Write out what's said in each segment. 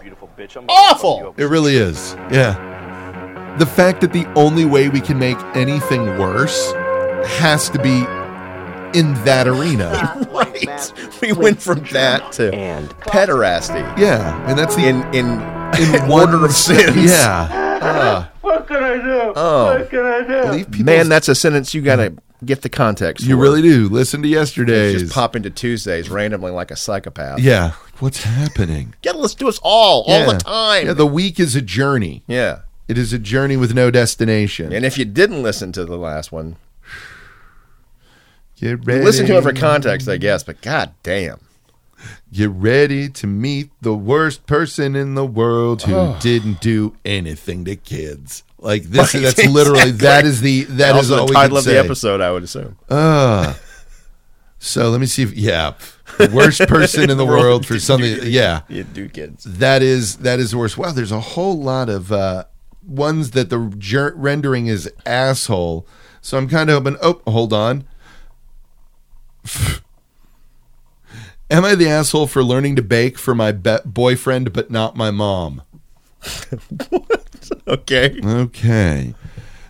beautiful bitch. I'm gonna fuck you awful. up. It really is. Yeah. The fact that the only way we can make anything worse has to be in that arena. Right. We went from that to pederasty Yeah, and that's the in in in order of sins. Yeah, What can I do? Oh What can I do? leave people. man, that's a sentence you gotta get the context. you for. really do. Listen to yesterday's. just pop into Tuesdays randomly like a psychopath. Yeah, Like, what's happening Get let's do us all all Yeah. the time. Yeah, the week is a journey. yeah. It is a journey with no destination. And if you didn't listen to the last one, Get ready. listen to it for context, I guess. But god damn, Get ready to meet the worst person in the world who didn't do anything to kids. Like this, Right, that's literally that exactly. is the that also is all the we title can of say. the episode. I would assume. So let me see if yeah, the worst person in the world for something. Yeah, you do kids. that is that is the worst. Wow, there's a whole lot of uh, ones that the jer- rendering is asshole. So I'm kind of hoping. Oh, hold on. Am I the asshole for learning to bake for my be- boyfriend but not my mom? Okay. Okay.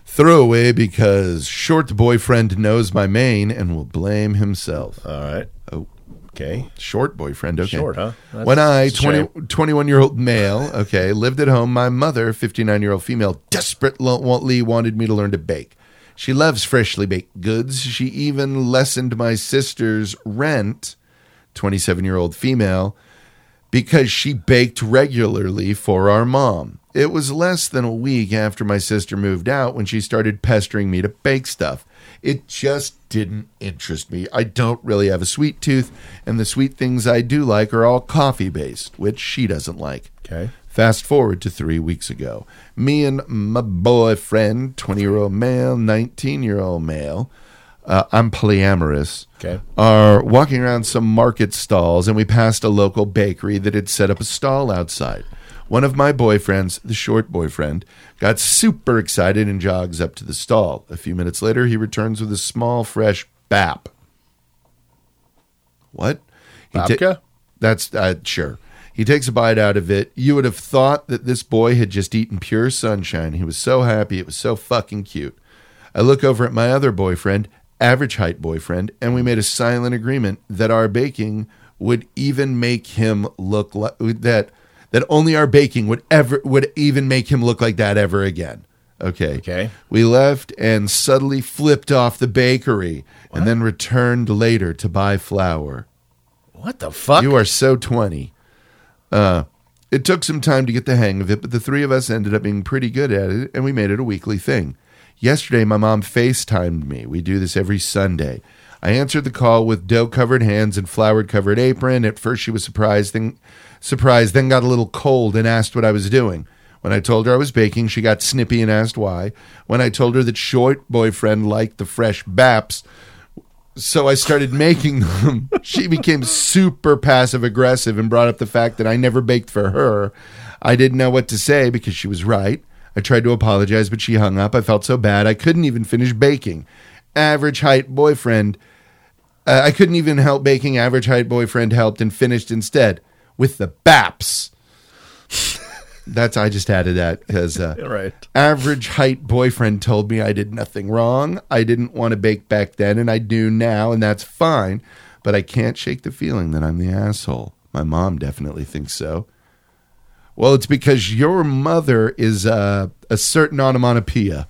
Throwaway because short boyfriend knows my main and will blame himself. All right. Oh. Okay. Short boyfriend, okay. Short, huh? That's when I, a 20, 21 year old male, okay, lived at home, my mother, 59 year old female, desperately wanted me to learn to bake. She loves freshly baked goods. She even lessened my sister's rent, 27 year old female, because she baked regularly for our mom. It was less than a week after my sister moved out when she started pestering me to bake stuff. It just didn't interest me. I don't really have a sweet tooth, and the sweet things I do like are all coffee based, which she doesn't like. Okay. Fast forward to three weeks ago. Me and my boyfriend, 20 year old male, 19 year old male, uh, I'm polyamorous, Okay. are walking around some market stalls and we passed a local bakery that had set up a stall outside. One of my boyfriends, the short boyfriend, got super excited and jogs up to the stall. A few minutes later, he returns with a small, fresh bap. What? He ta- Babka? that's uh, sure. He takes a bite out of it. You would have thought that this boy had just eaten pure sunshine. He was so happy. It was so fucking cute. I look over at my other boyfriend, average height boyfriend, and we made a silent agreement that our baking would even make him look like that. That only our baking would ever would even make him look like that ever again. Okay. Okay. We left and subtly flipped off the bakery, and then returned later to buy flour. What the fuck? You are so 20. Uh, it took some time to get the hang of it, but the three of us ended up being pretty good at it, and we made it a weekly thing. Yesterday, my mom FaceTimed me. We do this every Sunday. I answered the call with dough covered hands and flour covered apron. At first, she was surprised, then, surprised, then got a little cold and asked what I was doing. When I told her I was baking, she got snippy and asked why. When I told her that short boyfriend liked the fresh baps, so I started making them. she became super passive aggressive and brought up the fact that I never baked for her. I didn't know what to say because she was right. I tried to apologize, but she hung up. I felt so bad. I couldn't even finish baking. Average height boyfriend. Uh, I couldn't even help baking. Average height boyfriend helped and finished instead with the BAPS. That's I just added that because uh, Right. average height boyfriend told me I did nothing wrong. I didn't want to bake back then, and I do now, and that's fine. But I can't shake the feeling that I'm the asshole. My mom definitely thinks so. Well, it's because your mother is uh, a certain onomatopoeia.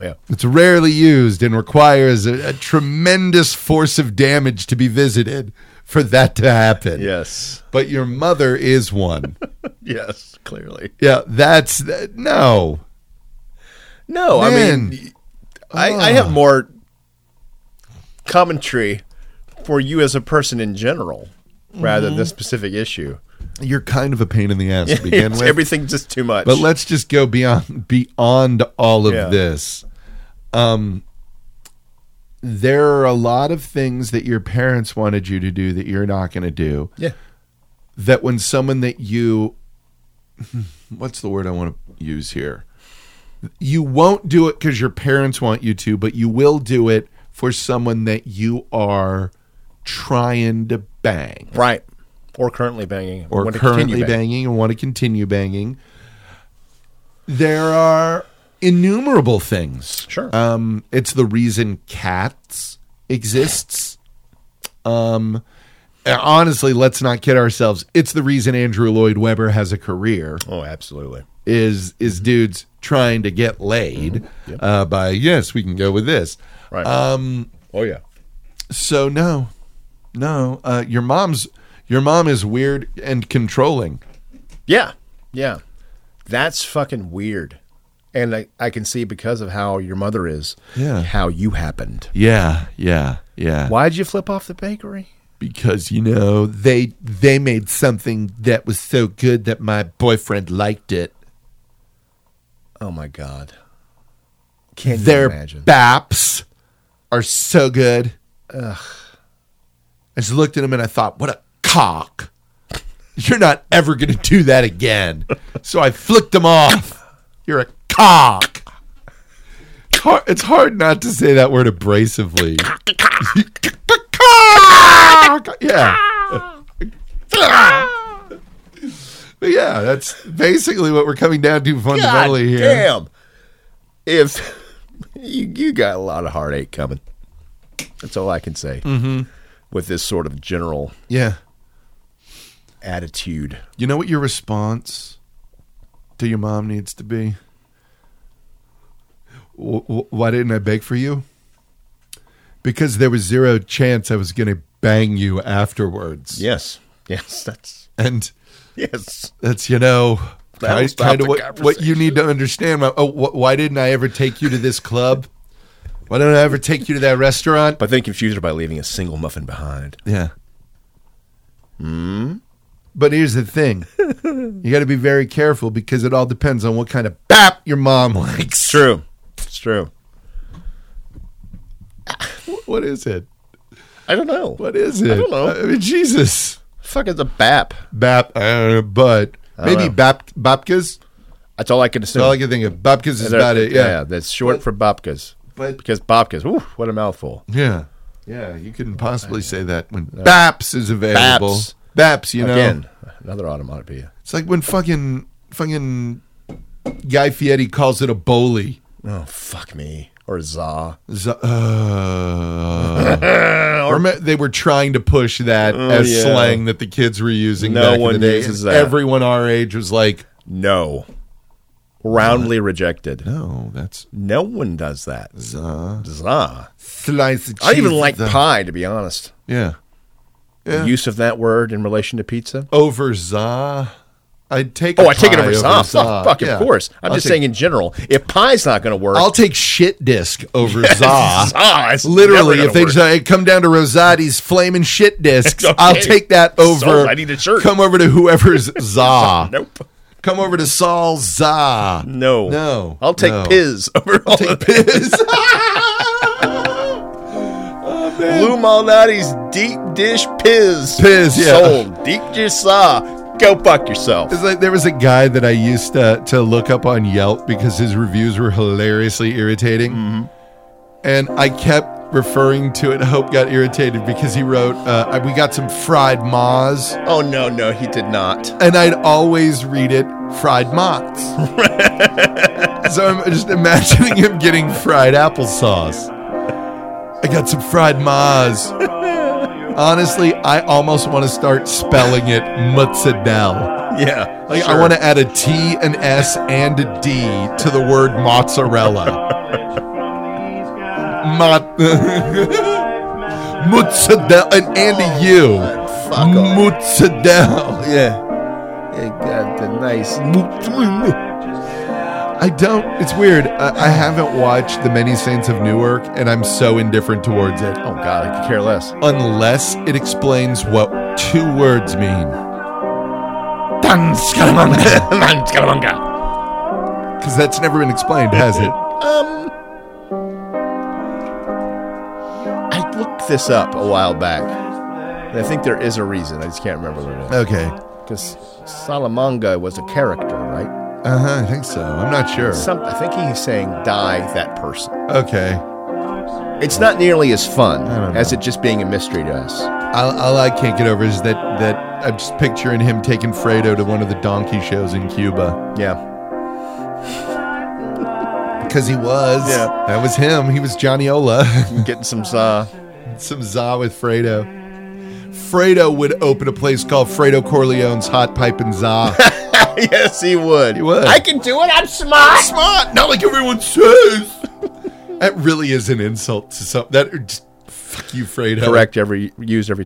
Yeah. It's rarely used and requires a, a tremendous force of damage to be visited for that to happen. Yes. But your mother is one. Yes. Clearly. yeah, that's that, no. No, I Man. Ah. mean, I, I have more commentary for you as a person in general rather Mm-hmm. than this specific issue. You're kind of a pain in the ass to begin It's with. everything's just too much. But let's just go beyond beyond all of Yeah. this. Um, there are a lot of things that your parents wanted you to do that you're not going to do. Yeah. That when someone that you, what's the word I want to use here? You won't do it because your parents want you to, but you will do it for someone that you are trying to bang. right. or currently banging, or want to currently continue banging. banging and want to continue banging. There are innumerable things. Sure. Um, it's the reason cats exists. Um, honestly, let's not kid ourselves. It's the reason Andrew Lloyd Webber has a career Oh, absolutely. is is dudes trying to get laid Mm-hmm. uh, by yes, we can go with this. Right. Um, oh yeah. so no, no, uh, your mom's your mom is weird and controlling. Yeah. Yeah. That's fucking weird. And I, I can see because of how your mother is, Yeah. how you happened. Yeah, yeah, yeah. Why'd you flip off the bakery? Because you know they they made something that was so good that my boyfriend liked it. Oh my god. Can Their you imagine? baps are so good. I just looked at him and I thought, what a cock! You're not ever going to do that again. so I flicked him off. You're a cock. It's hard, it's hard not to say that word abrasively. cock. Yeah. But yeah, that's basically what we're coming down to fundamentally God here. Damn. If you, you got a lot of heartache coming. That's all I can say. Mm-hmm. With this sort of general Yeah. attitude. You know what your response to your mom needs to be? W- w- why didn't I beg for you? Because there was zero chance I was going to bang you afterwards. Yes. Yes, that's And yes. that's, you know, That'll kind stop the of what, what you need to understand. My- Oh, wh- why didn't I ever take you to this club? Why didn't I ever take you to that restaurant? But then confused her by leaving a single muffin behind. Yeah. Hmm? But here's the thing you got to be very careful because it all depends on what kind of bap your mom likes. True. It's true. What is it? I don't know. What is it? don't know. I mean, Jesus. Fuck is a bap. Bap, I don't know, but maybe know. bap, babkas? That's all I can assume. All I can think of. Babkas is They're- about it. Yeah. that's short for babkas. But- because babkas, ooh, what a mouthful. Yeah. Yeah. You couldn't possibly say that when baps is available. Baps. Baps, you know. Again, another onomatopoeia. It's like when fucking, fucking Guy Fieri calls it a bowly. Oh fuck me or za. Z- uh, or ma- they were trying to push that as Oh, yeah. slang that the kids were using. No back in one the day. uses And that. Everyone our age was like, No, Uh, roundly rejected. "No, that's No one does that. uh, Za. slice of cheese." I don't even like the- pie, to be honest. Yeah, Yeah. The use of that word in relation to pizza. over za. I'd take. Oh, a I take it pie over za. Fuck, fuck, Yeah. of course. I'm I'll just take- saying in general. If pie's not going to work, I'll take shit disc over za. za. It's Literally, if they work. just, hey, come down to Rosati's flaming shit discs, Okay. I'll take that over. Sold. I need a shirt. Come over to whoever's za. nope. Come over to Saul Za. No. No. I'll take No. Piz over all Take of that. piss. Blue Malnati's deep dish Piz. Piz, yeah. Sold. Deep dish saw. Go fuck yourself. it's like there was a guy that I used to to look up on Yelp because his reviews were hilariously irritating, and I kept referring to it. Hope got irritated because he wrote, uh, "We got some fried ma's," Oh, no, no, he did not. and I'd always read it fried mots. so I'm just imagining him getting fried applesauce. I got some fried ma's. Honestly, I almost want to start spelling it mozzarella. Oh, Yeah. Like I sure. want to add a T, an S, and a D to the word mozzarella. Mot- mozzarella and, and a U. Oh, Fuck off. Mozzarella. Yeah. It got the nice. I don't. It's weird. I, I haven't watched The Many Saints of Newark, and I'm so indifferent towards it. Oh, God, I could care less. unless it explains what two words mean. Um, Because that's never been explained, has it? Um, I looked this up a while back. And I think there is a reason. I just can't remember what it is. Okay. Because Salamanga was a character, right? Uh huh. I think so. I'm not sure. Some, I think he's saying die that person. Okay. It's not nearly as fun don't know. as it just being a mystery to us. All, all I can't get over is that that I'm just picturing him taking Fredo to one of the donkey shows in Cuba Yeah. because he was. Yeah. that was him. He was Johnny Ola. Getting some uh, some za with Fredo. Fredo would open a place called Fredo Corleone's Hot Pipe and Za. yes, he would. He would. I can do it. I'm smart. Smart, not like everyone says. that really is an insult to some. That just fuck you, Fredo. Correct every used every